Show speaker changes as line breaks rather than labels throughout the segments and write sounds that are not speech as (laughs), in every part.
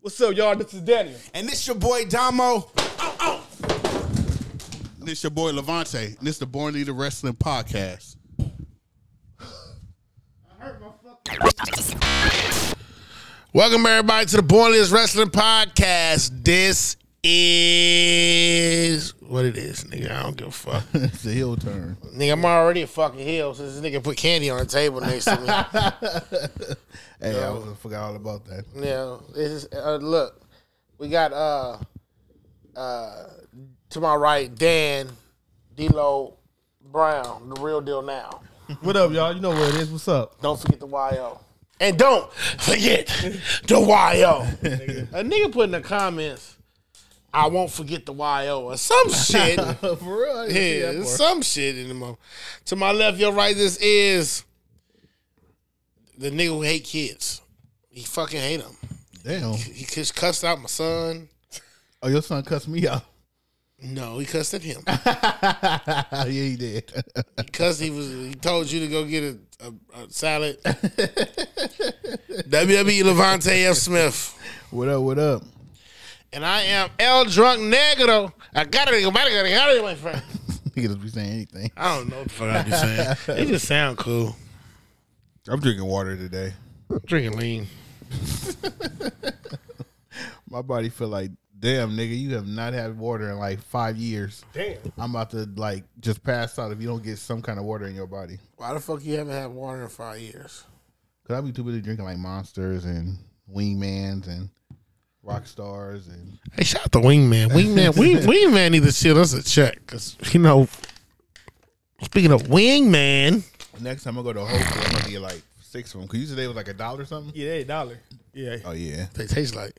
What's up, y'all? This is Daniel.
And this your boy Damo.
Oh, And it's your boy Levante. And it's the Born Leader Wrestling Podcast.
Welcome everybody to the Born List Wrestling Podcast. This is what it is, nigga. I don't give a fuck.
It's the heel turn.
nigga, I'm already a fucking heel since this nigga put candy on the table next to
(laughs)
me.
Hey, I was, I forgot all about that.
Yeah, this is uh, look. We got uh uh to my right, Dan, D'Lo, Brown, the real deal now.
What up, y'all? You know what it is.
(laughs)
What's up?
Don't forget the YO. And don't forget the
(laughs)
YO. A nigga put in the comments, I won't forget the YO or some shit.
For real? I didn't see
yeah,
that part.
some shit in the moment. To my left, your right, this is the nigga who hate kids. He fucking hate them.
Damn.
He just cussed out my son.
Oh, your son cussed me out. (laughs)
No, he cussed at him.
yeah, he did.
(laughs) Because he was, he told you to go get a, a, a salad. WWE Levante F. Smith.
what up? What up?
and I am El Drunk Negro. I got it, gotta get it, my friend.
(laughs) Niggas be saying anything.
I don't know what the fuck I be saying. (laughs) It just sound cool.
I'm drinking water today.
I'm drinking lean.
My body feel like, damn, nigga, you have not had water in like five years.
Damn.
I'm about to like just pass out if you don't get some kind of water in your body.
Why the fuck you haven't had water in five years?
Cause I be too busy drinking like monsters and wingmans and rock stars and
Hey, shout out to Wingman. Wingman, (laughs) Wing, Wingman need to shit us a check. Cause you know, speaking of Wingman,
Next time I go to Whole Foods, I'm gonna get like six of them. Cause usually they was like a dollar or something.
Yeah, they a dollar. Yeah,
Oh yeah,
they taste like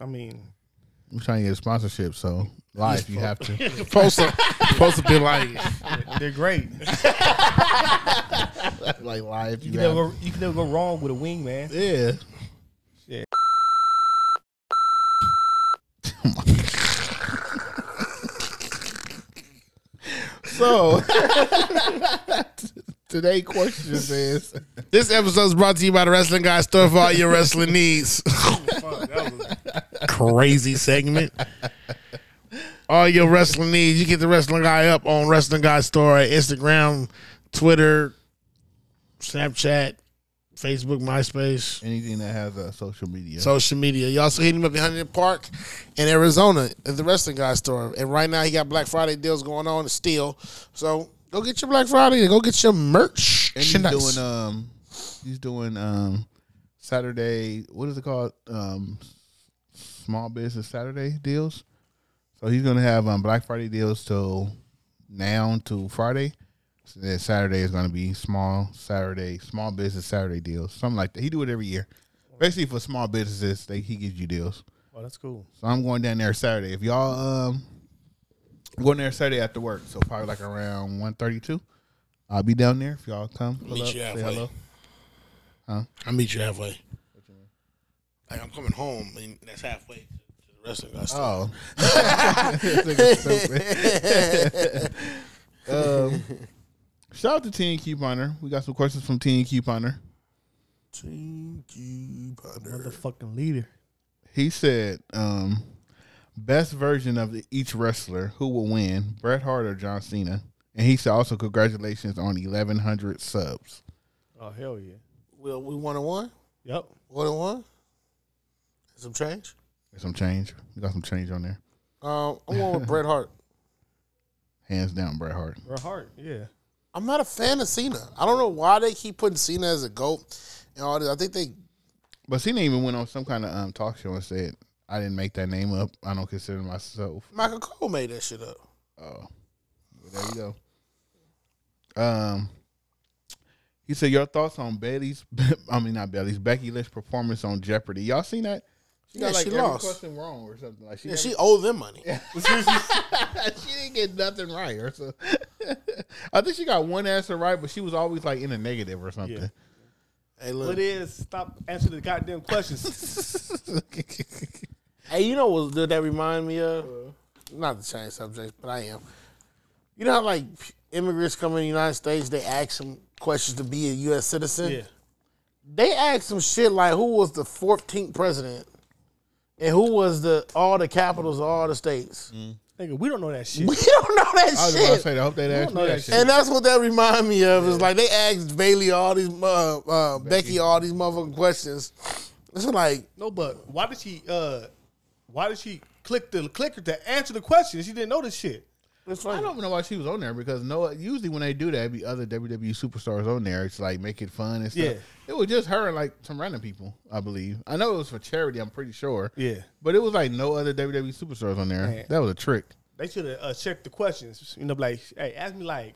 I mean,
I'm trying to get a sponsorship, so live you have (laughs) to.
supposed to supposed to be like
(laughs) they're great. You
like live you,
can, never
have.
go, you can never go wrong with a wing, man.
Yeah.
Shit.
so (laughs) today question is
This episode is brought to you by the Wrestling Guy Store for all your wrestling needs. (laughs) crazy segment. All your wrestling needs. You get the Wrestling Guy up on Wrestling Guy Store at Instagram, Twitter, Snapchat, Facebook, MySpace,
anything that has a social media.
social media. You also hit him up in Huntington Park in Arizona at the Wrestling Guy Store. And right now he got Black Friday deals going on still. So go get your Black Friday and go get your merch.
and he's doing um he's doing um Saturday what is it called um small business Saturday deals. So he's gonna have um Black Friday deals till now to Friday. So then Saturday is gonna be small Saturday small business Saturday deals something like that. He do it every year. Basically for small businesses they he gives you deals.
Oh, that's cool.
So I'm going down there Saturday. If y'all um I'm going there Saturday after work, so probably like around 1:32. I'll be down there if y'all come. pull
Meet you
up, say
halfway.
hello.
I'll meet you halfway. Like I'm coming home and that's halfway to the rest of us.
(laughs) Oh. um, shout out to Team Couponer. We got some questions from Team Couponer.
Motherfucking leader.
He said, um, best version of the, each wrestler, who will win, Bret Hart or John Cena? And he said also congratulations on 1,100 subs.
Oh, hell yeah.
Well, we one on one,
Yep.
one on one. Some change.
There's some change. We got some change on there.
Um, I'm going
(laughs)
with Bret Hart.
Hands down, Bret Hart.
Her heart. Yeah.
I'm not a fan of Cena. I don't know why they keep putting Cena as a goat and all this. I think they
But Cena even went on some kind of um, talk show and said, I didn't make that name up. I don't consider myself
Michael Cole made that shit up.
Oh, there you go. Um, he said your thoughts on Betty's. (laughs) I mean, not Betty's. Becky Lynch's performance on Jeopardy. Y'all seen that? She
Yeah, she
every
lost.
question wrong or something. Like she,
Yeah,
never-
she (laughs) owed them money.
(laughs) she didn't get nothing right. Or so. (laughs) I think she got one answer right, but she was always like in the negative or something.
Yeah.
Hey,
What
look.
is? Stop answering the goddamn questions.
Hey, you know what did that remind me of? Not to change subjects, but I am. You know how like immigrants come in the United States, they ask them questions to be a U.S. citizen.
(laughs) yeah.
They ask some shit like, "Who was the 14th president and who was the all the capitals of all the states.
Nigga, we don't know that shit.
(laughs) We don't know that
(laughs) I was about to
shit.
say, I hope they asked
know
me
that
that
shit.
shit.
And that's what that remind me of. Is like they asked Bailey all these, uh, uh, Becky all these motherfucking questions. It's like
No, but why did she? Uh, why did she click the clicker to answer the question? She didn't know this shit.
it's
I
like
don't even know why she was on there because no. Usually when they do that, it'd be other WWE superstars on there. It's like make it fun and stuff.
Yeah.
It was just her and like some random people, I believe. I know it was for charity. I'm pretty sure.
Yeah.
But it was like no other WWE superstars on there.
Man.
That was a trick.
They should have uh, checked the questions. You know, like, hey, ask me like,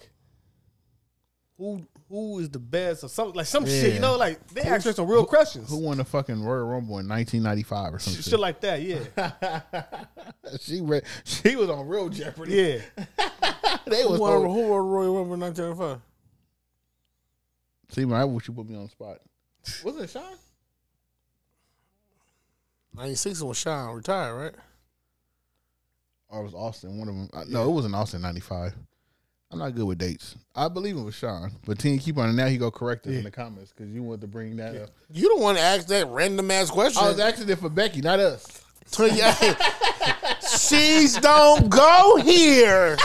who who is the best or something like some shit.
Yeah.
You know, like they asked her some real questions.
Who won the fucking Royal Rumble in 1995 or
shit,
something?
like that. Yeah,
she re- (laughs) she was on Real Jeopardy.
yeah.
They
who
was
won,
on-
who won Royal Rumble in 1995?
See, man, I wish you put me on the spot. Wasn't it Sean?
96 when Sean retired, right?
Or it was Austin? One of them? I, no, it wasn't Austin. 95. I'm not good with dates. I believe it was Sean, but Team Keep on it now. He go correct us in the comments because you want to bring that up.
You the one that asked that random ass question.
I was asking it for Becky, not us.
(laughs) So, yeah, She's don't go here.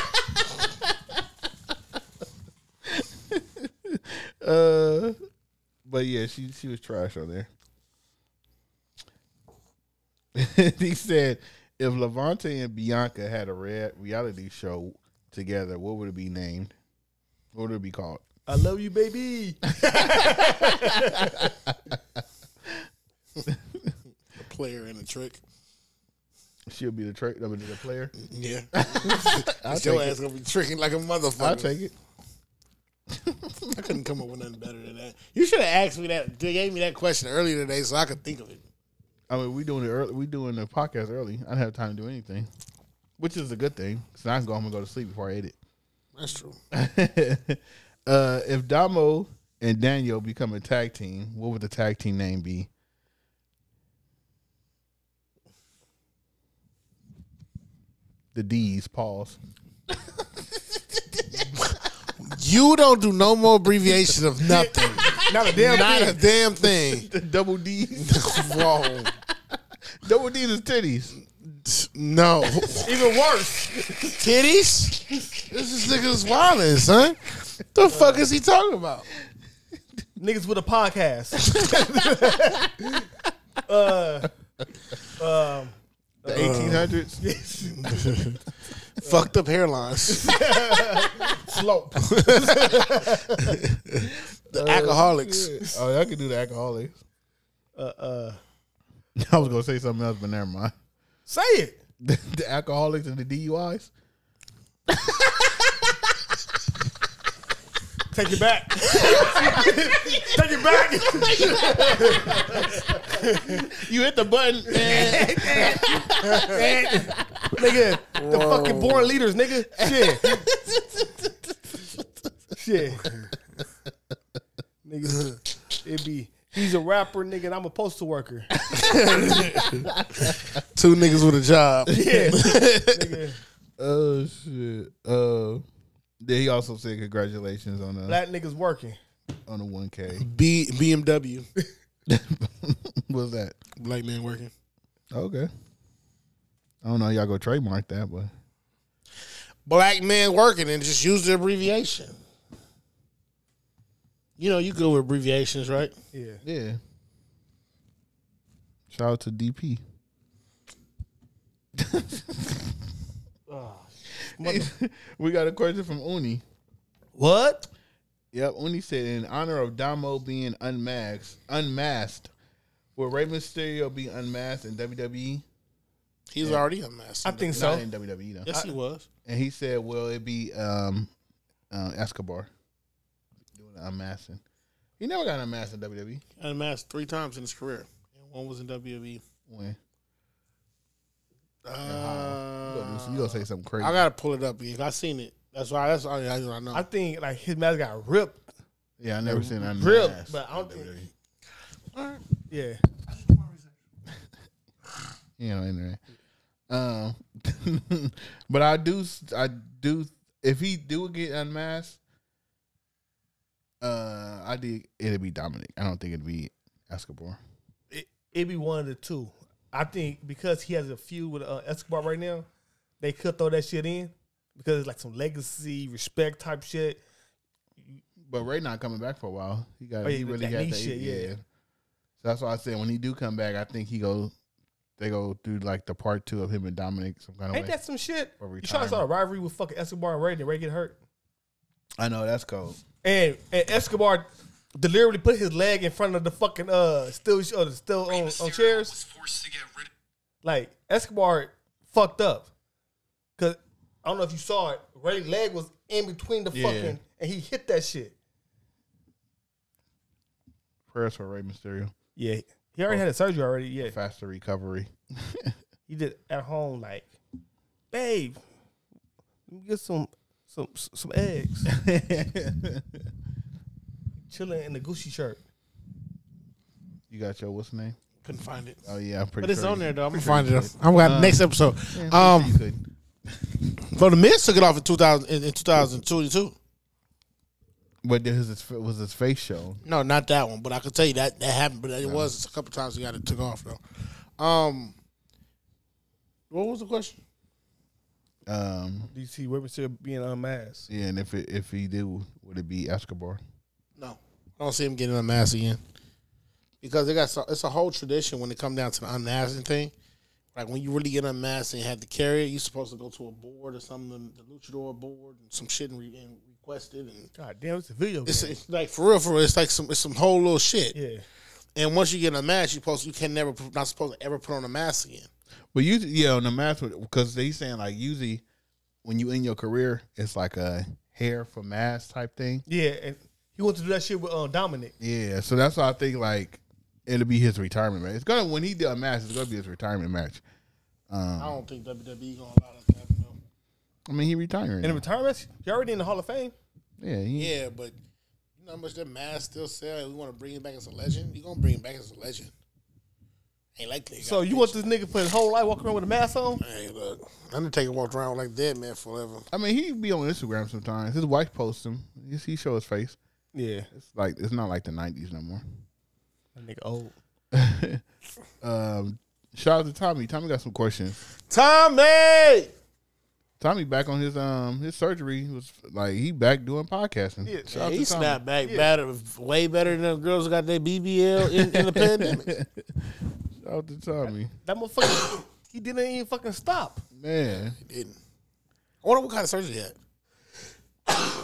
Uh, but yeah, she she was trash on there. (laughs) he said, if Levante and Bianca had a red reality show together, what would it be named? What would it be called?
I love you, baby.
The player and the trick.
She'll be the tra- I mean, the player.
(laughs) Yeah.
I'll take,
Your
it.
ass gonna be tricking like a motherfucker.
I'll take it.
I couldn't come up with nothing better than that. You should have asked me that. They gave me that question earlier today so I could think of it.
I mean, we doing it early. We doing the podcast early. I don't have time to do anything, which is a good thing. So I can go home and go to sleep before I eat it.
That's true.
(laughs) uh, if Damo and Daniel become a tag team, what would the tag team name be? The D's. Pause.
You don't do no more abbreviation of nothing.
Not a damn
(laughs) Not a
thing.
damn thing.
(laughs) The double D's.
(laughs) Whoa.
double D's is titties.
No.
Even worse.
Titties? This is niggas wildin', son. The fuck is he talking about?
Niggas with a podcast.
Uh,
The 1800s.
(laughs) (laughs) Fucked up hairlines.
Slope.
The alcoholics.
(laughs) Oh, y'all can do the alcoholics. (laughs)
Uh, uh,
I was gonna say something else, but never mind.
say it.
(laughs) The, the alcoholics and the DUIs.
Take it back. (laughs) Take it back.
You hit the button. And
(laughs) nigga, the fucking born leaders, nigga. Shit. Shit. nigga, it be, he's a rapper, nigga, and I'm a postal worker.
Two niggas with a job.
Yeah. nigga,
oh shit. Uh, then he also said congratulations on the
black niggas working.
on the one (laughs) K.
B BMW.
What's that?
Black man working.
Okay. I don't know. Y'all go trademark that, but
Black man working and just use the abbreviation. You know, you go with abbreviations, right?
Yeah.
yeah. Shout out to DP. (laughs) we got a question from Uni.
What?
Yep, Uni said in honor of Damo being unmasked, unmasked, will Rey Mysterio be unmasked in WWE?
He's already unmasked.
I think
Not
so.
in WWE though.
Yes, he was.
And he said, "Will it be um, uh, Escobar doing the unmasking? He never got unmasked in E. WWE.
Unmasked three times in his career. And one was in E. WWE.
When you gonna, do
Uh,
some- you gonna say something crazy?
I gotta pull it up. because I seen it. That's why. That's all I, I know.
I think like his mask got ripped.
yeah, I never seen unmasked.
Ripped, but I don't
in E.
think.
WWE.
Yeah.
you know, internet. Um, (laughs) but I do, I do. If he do get unmasked, uh, I did. It'd be Dominic. I don't think it'd be Escobar.
It, it'd be one of the two. I think because he has a feud with uh, Escobar right now, they could throw that shit in because it's like some legacy, respect type shit.
But Ray not coming back for a while. He got
Oh, yeah,
he
that
really got
knee
that,
shit,
yeah.
yeah.
So that's why I said when he do come back, I think he go they go do like the part two of him and Dominic some kind of
Ain't
way.
that some shit?
Or
You trying to start a rivalry with fucking Escobar and Ray, and Ray get hurt.
I know that's cold.
And, and Escobar deliberately put his leg in front of the fucking uh still uh, still on, on chairs.
was forced to get rid
like Escobar fucked up. Cause I don't know if you saw it, Ray leg was in between the
Yeah.
fucking and he hit that shit.
Prayers for Ray Mysterio.
Yeah. He already had a surgery already, yeah.
Faster recovery.
He did at home like, babe, let me get some some some eggs. (laughs) Chilling in the Gucci shirt.
You got your what's the name?
Couldn't find it.
Oh yeah, I'm pretty
But it's
sure
on
you-
there though. I'm gonna find it. I'm gonna next episode.
Yeah, I'm
Um,
pretty sure you could.
so the Miz took it off in 2000 in, in 2022.
But there was his was his face shown.
No, not that one. But I could tell you that that happened. But it was a couple times he got it took off though. Um, what was the question?
Um,
Do you see Ray Mysterio being unmasked?
yeah, and if it, if he do, would it be Escobar?
No, I don't see him getting unmasked again because they got so, it's a whole tradition when it come down to the unmasking thing. Like when you really get unmasked and you had to carry it, you're supposed to go to a board or something, the luchador board, and some shit and, re, and request it. And
God damn, it's a video
it's,
game.
it's like for real, for real, it's like some it's some whole little shit.
Yeah.
And once you get a mask, you supposed you can never not supposed to ever put on a mask again.
But you yeah, on the mask because they saying like usually when you in your career, it's like a hair for mask type thing.
Yeah. And he wants to do that shit with uh, Dominic.
Yeah, so that's why I think like it'll be his retirement match. It's gonna when he do a match, it's gonna be his retirement match.
I don't think WWE gonna allow that to happen though.
I mean, he retiring.
In the
now.
retirement, he already in the Hall of Fame.
yeah, he,
Yeah, but you know how much that mask still sell. We want to bring him back as a legend. You gonna bring him back as a legend? Ain't like they
So
got
you want this nigga for his whole life walking around with a mask on?
big- Hey, look, Undertaker walked around like dead man forever.
I mean, he be on Instagram sometimes. His wife posts him. He- He show his face.
Yeah.
It's like it's not like the nineties no more.
That nigga old.
Um, shout out to Tommy. Tommy got some questions.
Tommy.
Tommy back on his um his surgery He was like he back doing podcasting.
Yeah,
Shout out
he
to Tommy.
snapped back better, way better than them girls who got their BBL in, (laughs) in the pandemic.
Shout out to Tommy.
That motherfucker, he didn't even fucking stop.
Man,
Didn't. I wonder what kind of surgery he had.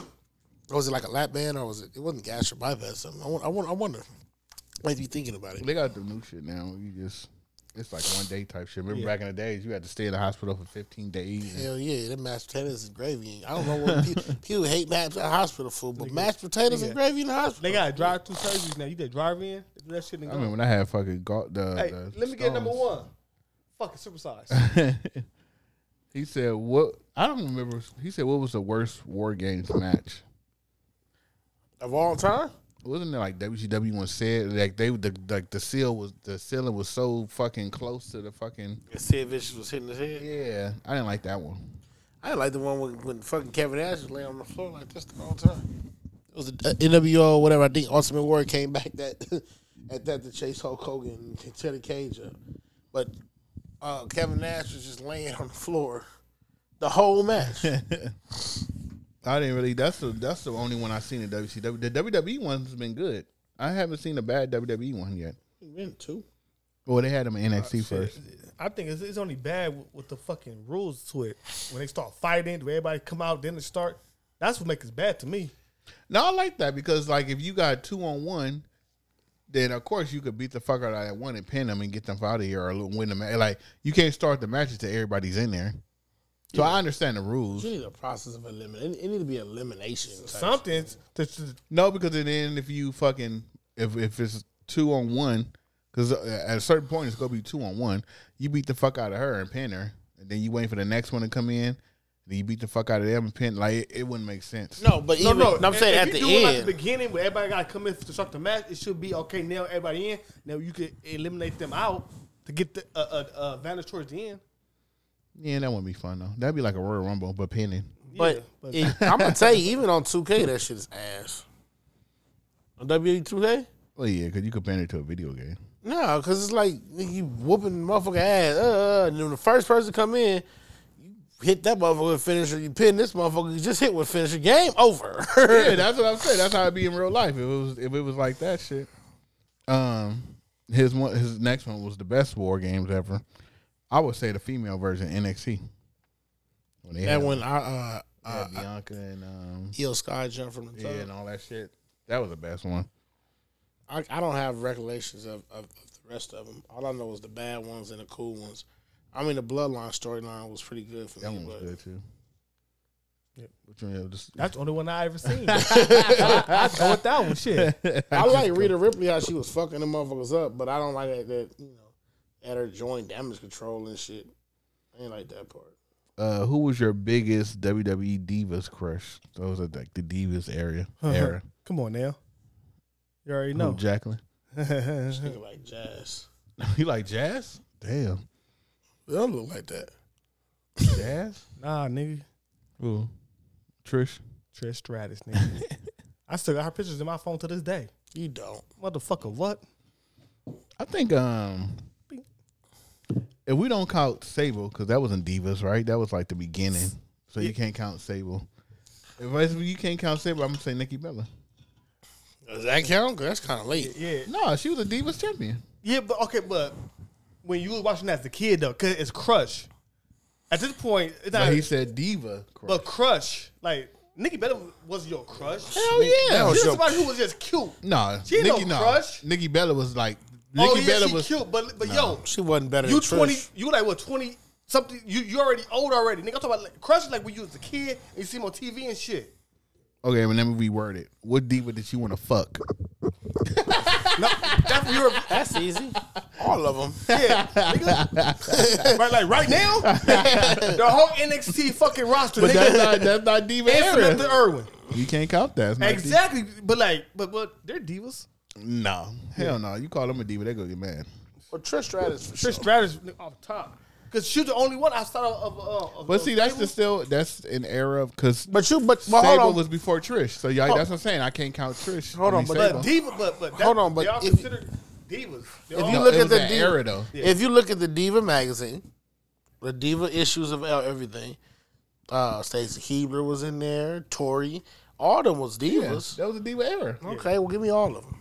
Or (coughs) was it like a lap band, or was it? It wasn't gastric bypass. or Something. I wonder. I wonder. I wonder. Might be thinking about it.
they got the new shit now. You just it's like one day type shit. Remember back in the days, you had to stay in the hospital for fifteen days. and-
Hell yeah, that mashed potatoes and gravy. I don't know what people, (laughs) people hate mashed hospital food, but mashed potatoes and gravy in the hospital.
They got drive through surgeries now. You did drive in, do that shit and
I
go.
remember when I had fucking go- the.
hey,
the
let me get number
stones.
one. Fucking supersize. (laughs)
He said, "What? I don't remember." He said, "What was the worst War Games match?"
of all time.
Wasn't it like WCW one said like they the like the seal was the ceiling was so fucking close to the fucking
And Sid Vicious was hitting his head.
yeah. I didn't like that one.
I like the one when, when fucking Kevin Nash was laying on the floor like this the whole time. It was the uh, NWO whatever. I think Ultimate Warrior came back that (laughs) at that to chase Hulk Hogan and tear the cage up, but uh, Kevin Nash was just laying on the floor the whole
(laughs)
match.
I didn't really. That's the that's the only one I seen in WCW. The WWE one's been good. I haven't seen a bad WWE one yet.
Win two.
Well, they had them in
Oh,
NXT first.
I think it's, it's only bad with, with the fucking rules to it. When they start fighting, do everybody come out, then they start. That's what makes it bad to me.
No, I like that because like if you got two on one, then of course you could beat the fuck out of that one and pin them and get them out of here or win the match. Like you can't start the matches till everybody's in there. So I understand the rules.
You need a process of elimination. It need to be elimination.
Something to, to-
No, because then if you fucking if if it's two on one, because at a certain point it's gonna be two on one. You beat the fuck out of her and pin her, and then you wait for the next one to come in. Then you beat the fuck out of them and pin. Like it, it wouldn't make sense.
No, but
no,
even,
no.
I'm
if-
saying
if
at
you
the
do it like
end,
the beginning, where everybody got to come in to start the match, it should be okay. Nail everybody in. Now you could eliminate them out to get the uh, uh, uh, advantage towards the end.
Yeah, that wouldn't be fun though. That'd be like a Royal Rumble, but pinning.
Yeah,
but,
but-
it- I'm gonna tell you, even on 2K, that shit is ass. On E WWE 2K,
Well, yeah, because you could pin it to a video game.
No, because it's like nigga, you whooping motherfucker ass. Uh, uh, and then the first person come in, you hit that motherfucker with finisher. You pin this motherfucker. You just hit with finisher. Game over. (laughs)
yeah, that's what I'm saying. That's how it'd be in real life. If it was if it was like that shit. Um his one his next one was the best war games ever. I would say the female version NXT. When they
That
had,
one, I uh,
they had Bianca and um
Yo, Sky jump from the
yeah,
top.
and all that shit. That was the best one.
I, I don't have recollections of, of, of the rest of them. All I know is the bad ones and the cool ones. I mean, the bloodline storyline was pretty good for
That
me.
one was
but
good too.
Yep.
Which one? yeah, Just,
That's the only one I ever seen. (laughs) I, I go with that one. Shit.
I like Rita Ripley how she was fucking them motherfuckers up, but I don't like that, that you know, at her joint damage control and shit. I ain't like that part.
uh, who was your biggest WWE divas crush? Those are like the divas (laughs) area era.
Come on now. You already
Who,
know.
Jacqueline.
This nigga like jazz.
(laughs) you like jazz? Damn,
They don't look like that.
jazz.
nah, nigga.
Who? Trish.
Trish Stratus, (laughs) nigga. I still got her pictures in my phone to this day.
You don't.
Motherfucker, what?
I think um, if we don't count Sable because that wasn't Divas, right? That was like the beginning, so you can't count Sable. If I, you can't count Sable, I'm gonna say Nikki Bella.
Does that count? 'Cause that's kind of late.
Yeah.
No, she was a Divas champion.
Yeah, but okay, but when you was watching that as a kid though, cause it's Crush. At this point, it's not
But he said Diva. Crush.
but Crush, like Nikki Bella was your crush.
Hell yeah,
She was
She-
somebody who was just cute.
no,
she ain't
Nikki,
no
no.
crush.
Nikki Bella was like Nikki
oh yeah,
Bella
she
was
cute, but but
She wasn't better
yo, you
than Trish.
twenty, you like what twenty something? You you already old already. Nigga, I'm talking about like, crush like when you was a kid and you see him on TV and shit.
okay. But let me reword it. What Diva did she want to fuck?
No, that's when you were
That's easy. All of them.
yeah, nigga. right like
(laughs)
right now, the whole NXT fucking roster,
But that's
nigga,
not that's not Diva
and Samantha
era.
Irwin.
You can't count that. It's not Diva.
Exactly, but like, but but they're divas.
No, hell no. You call them a diva, they gonna get mad.
Well, Trish Stratus for
Trish
sure.
Stratus off top, because she's the only one outside of. of, uh, of
But see, that's
of-
just still that's an era of because
But you, but well, hold
Sable
on.
was before Trish, so y'all, that's what I'm saying. I can't count Trish.
Hold
I
on, but-
But
Sable.
diva, but but that,
Hold on, but
they are
if you-
considered divas. They
if
are-
you
No,
look
it
at
was
the
that
diva,
era, though.
if you look at the diva magazine, the diva issues of everything, uh, Stacey Keebler was in there, Tori, all them was
Yeah,
divas.
that was a diva era.
Okay, well, give me all of them.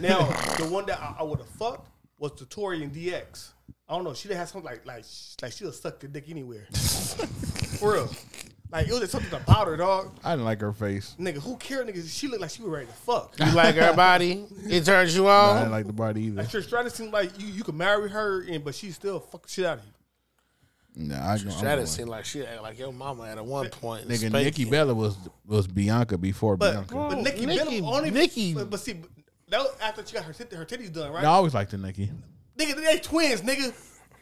now the one that I, I would have fucked was the Tory and DX. I don't know. She done had something like like sh- like she'll suck the dick anywhere. For real. Like it was just something about her, dog.
I didn't like her face.
Nigga, who cared? Nigga, she looked like she was ready to (laughs) fuck.
You like her body? It turns you
I
on.
didn't like the body either.
Like Trish Stratus seemed like you you could marry her and but she still fuck the shit out of you.
Nah, I go- I'm
Stratus
going.
seemed like she act like your mama at a one point.
Nigga,
Spank
Nikki
you.
Bella was was Bianca before
But
Bianca.
but Nikki,
Nikki-
Bella only
Nikki-
But, but see, but that was after she got her tit- her titties done, right?
No, I always liked the Nikki.
Nigga, they twins, nigga.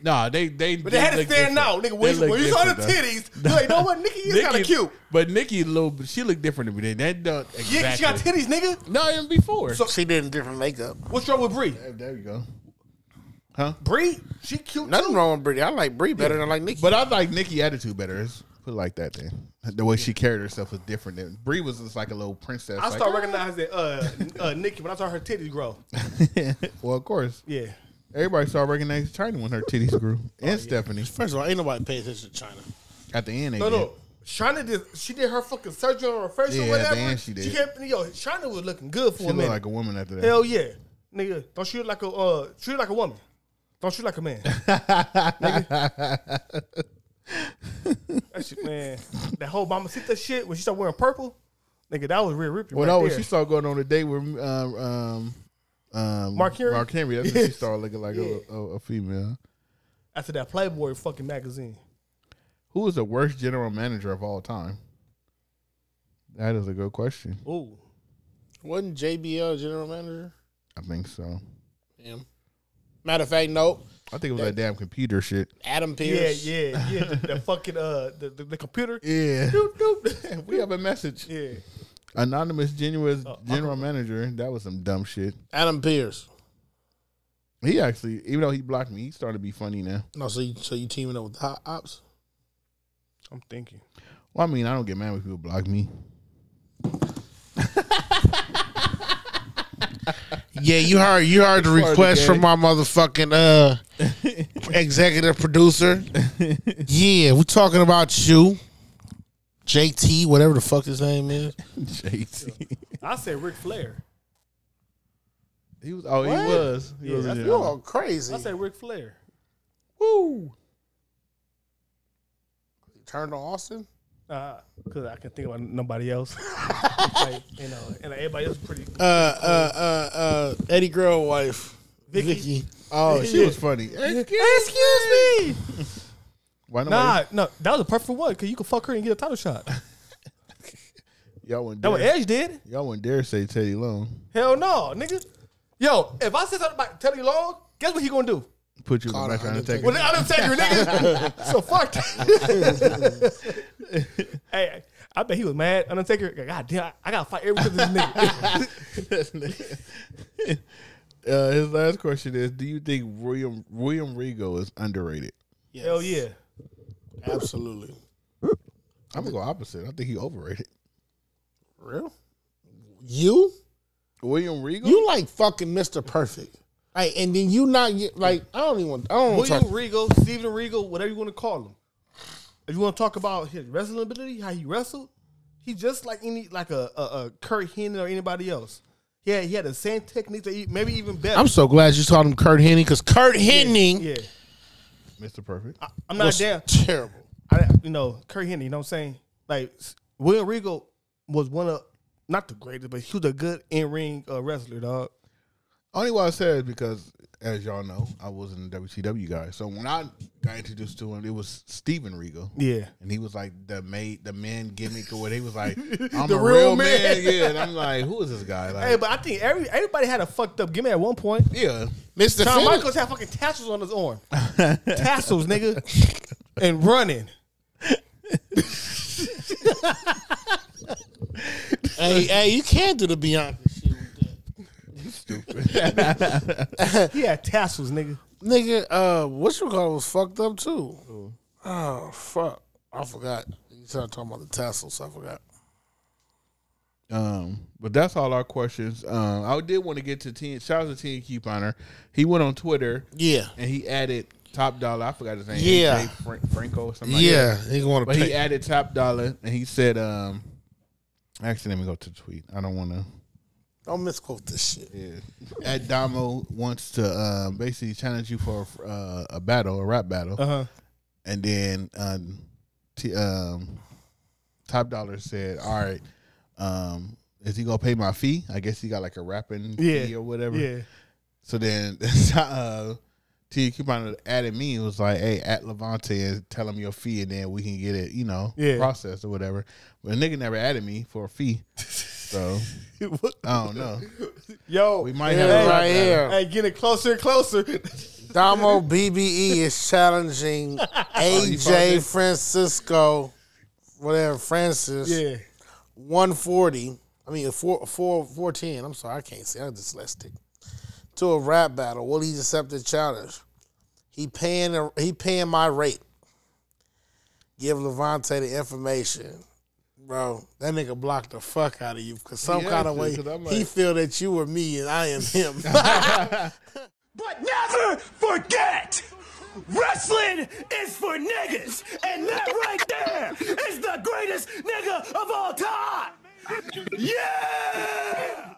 No, they they
But they, had to stand out, nigga. When, you- when you saw the titties, you're like, you know what? Nikki is kind of cute.
But Nikki, a little, she looked different to me. They, they don't exactly.
Yeah, she got titties, nigga.
no, even before.
So-
She did a different makeup.
What's wrong with Brie?
there, there you go. Huh?
Brie, she cute.
Nothing
too.
wrong with Brie. I like Brie better than I like Nikki.
But I like Nikki attitude better. Let's put it like that then. The way she carried herself was different. Than, Brie was just like a little princess.
I
like,
start recognizing uh, uh, Nikki when I saw her titties grow.
(laughs) well, of course,
Yeah,
everybody started recognizing China when her titties grew,
Oh,
and Stephanie
First of all, ain't nobody paying attention to China.
at the end. They
no,
did.
no. Shana did. She did her fucking surgery on her face
Yeah,
or
at
whatever.
the end she did.
kept, yo, Shana was looking good for
She
a
looked
minute.
like a woman after that.
Hell yeah, nigga. Don't shoot like a uh, treat like a woman. Don't shoot like
(laughs)
a man. Nigga. that shit, man. That whole Mama Sita shit when she started wearing purple, nigga, that was real ripping.
well,
right
no, when
there.
she started going on a date with um, um, um,
Mark Henry?
Mark Henry. That's when she started looking like a, a, a female.
after that Playboy fucking magazine.
Who is the worst general manager of all time? That is a good question.
Ooh,
Wasn't JBL general manager?
I think so.
Him. Matter of fact, nope.
I think it was that damn computer shit.
Adam Pierce.
yeah, yeah, yeah. the, the fucking uh, the, the, the (laughs) computer.
Yeah. we have a message.
Yeah,
Anonymous genuine
Oh,
general manager. That was some dumb shit.
Adam Pierce.
He actually, even though he blocked me, he started to be funny now.
No, so you, so you teaming up with the hot ops?
I'm thinking.
Well, I mean, I don't get mad when people (laughs) block me.
Yeah, you heard you heard
(laughs)
the
Part of the
request from
game.
my motherfucking uh
(laughs)
executive producer. Yeah, we're talking about you. JT, whatever the fuck his name is.
JT.
I said Ric Flair.
He was. Oh,
What?
he was. He
Yeah,
was.
that's-
in
You
there.
all crazy.
I said Ric Flair.
Woo. Turned to Austin.
Because Uh, I can think about nobody (laughs) else. like, you know, and everybody else pretty.
Uh, uh, uh, uh, Eddie Girl wife, Vicky.
Oh, she
Yeah.
was funny.
Excuse me.
Why not?
Nah, no, that was a perfect one because you could fuck her and get a title shot.
Y'all wouldn't.
That what
Dare,
Edge did.
y'all wouldn't dare say Teddy Long.
Hell no, nigga. Yo, if I said something about Teddy Long, guess what he gonna do?
Put you in the
Call
match
the
on
Undertaker.
Well,
Undertaker.
I'm Undertaker, nigga. so fuck. that. (laughs) hey, I bet he was mad. Undertaker, god damn, I, I gotta fight every because of this (laughs) nigga.
(laughs) Uh, his last question is: Do you think William William Regal is underrated?
Yes.
Hell yeah.
Absolutely.
I'm gonna go opposite. I think he overrated.
Real? You?
William Regal.
You like fucking Mr. Perfect. Like, and then you not get- like I don't even I don't want to
William
talk.
Regal, Steven Regal, whatever you want to call him. If you want to talk about his wrestling ability, how he wrestled, he just like any like a, a, a Kurt Hennig or anybody else. Yeah, he had the same techniques, or e- maybe even better.
I'm so glad you called him Kurt Henning because Kurt Henning
yeah,
Mr. Perfect.
I'm not
was
down.
terrible.
I, you know, Kurt Hennig, you know what I'm saying? Like, s- William Regal was one of, not the greatest, but he was a good in ring uh, wrestler, dog.
Only why I said is because, as y'all know, I wasn't a WCW guy. So when I got introduced to him, it was Steven Regal.
Yeah.
And he was like the made the man gimmick or what he was like, I'm a
The real
real,
man.
man. Yeah. And I'm like, who is this guy? Like,
Hey, but I think every everybody had a fucked up gimmick at one point.
(laughs) yeah.
Mr.
Shawn
Finn-
Michaels had fucking tassels on his arm. tassels, nigga. And running.
Hey, hey, you can't do the Bianca shit with
He had tassels, nigga.
Nigga, uh what you call it was fucked up too. Oh fuck. I forgot. You started talking about the tassels, so I forgot.
Um, but that's all our questions. Um, I did want to get to ten. Shout out to Ten Couponer. He went on Twitter
Yeah.
and he added top dollar. I forgot his name.
Yeah.
AJ Fran- Franco or something.
that.
like that.
Yeah, he want to
(laughs)
But he
pay.
added top dollar and he said, um, actually, let me go to the tweet. I don't want to.
Don't misquote this shit.
Yeah. At Damo wants to um, basically challenge you for uh, a battle, a rap battle.
Uh-huh.
And then um, t- um, Top Dollar said, all right, um, is he going to pay my fee? I guess he got like a rapping fee
Yeah.
or whatever.
Yeah.
So then (laughs) uh, T. Coupon added me and was like, hey, at Levante and tell him your fee and then we can get it, you know,
Yeah.
processed or whatever. But the nigga never added me for a
(laughs)
fee. So I don't know.
Yo.
We might have
Yeah,
a rap
right
battle.
here.
Hey, getting closer and closer. (laughs)
Damo BBE is challenging AJ Francisco, whatever Francis.
yeah.
140. I mean, four, four, 410. I'm sorry, I can't see. I'm dyslexic. To a rap battle, will he accept the challenge? He paying a, he paying my rate. Give Levante the information, bro. That nigga blocked the fuck out of you because some
He
kind of
had
way
to, 'cause I'm
he
like-
feel that you were me and I am him.
But never forget, wrestling is for niggas, and that right there is the greatest nigga of all time. Yeah!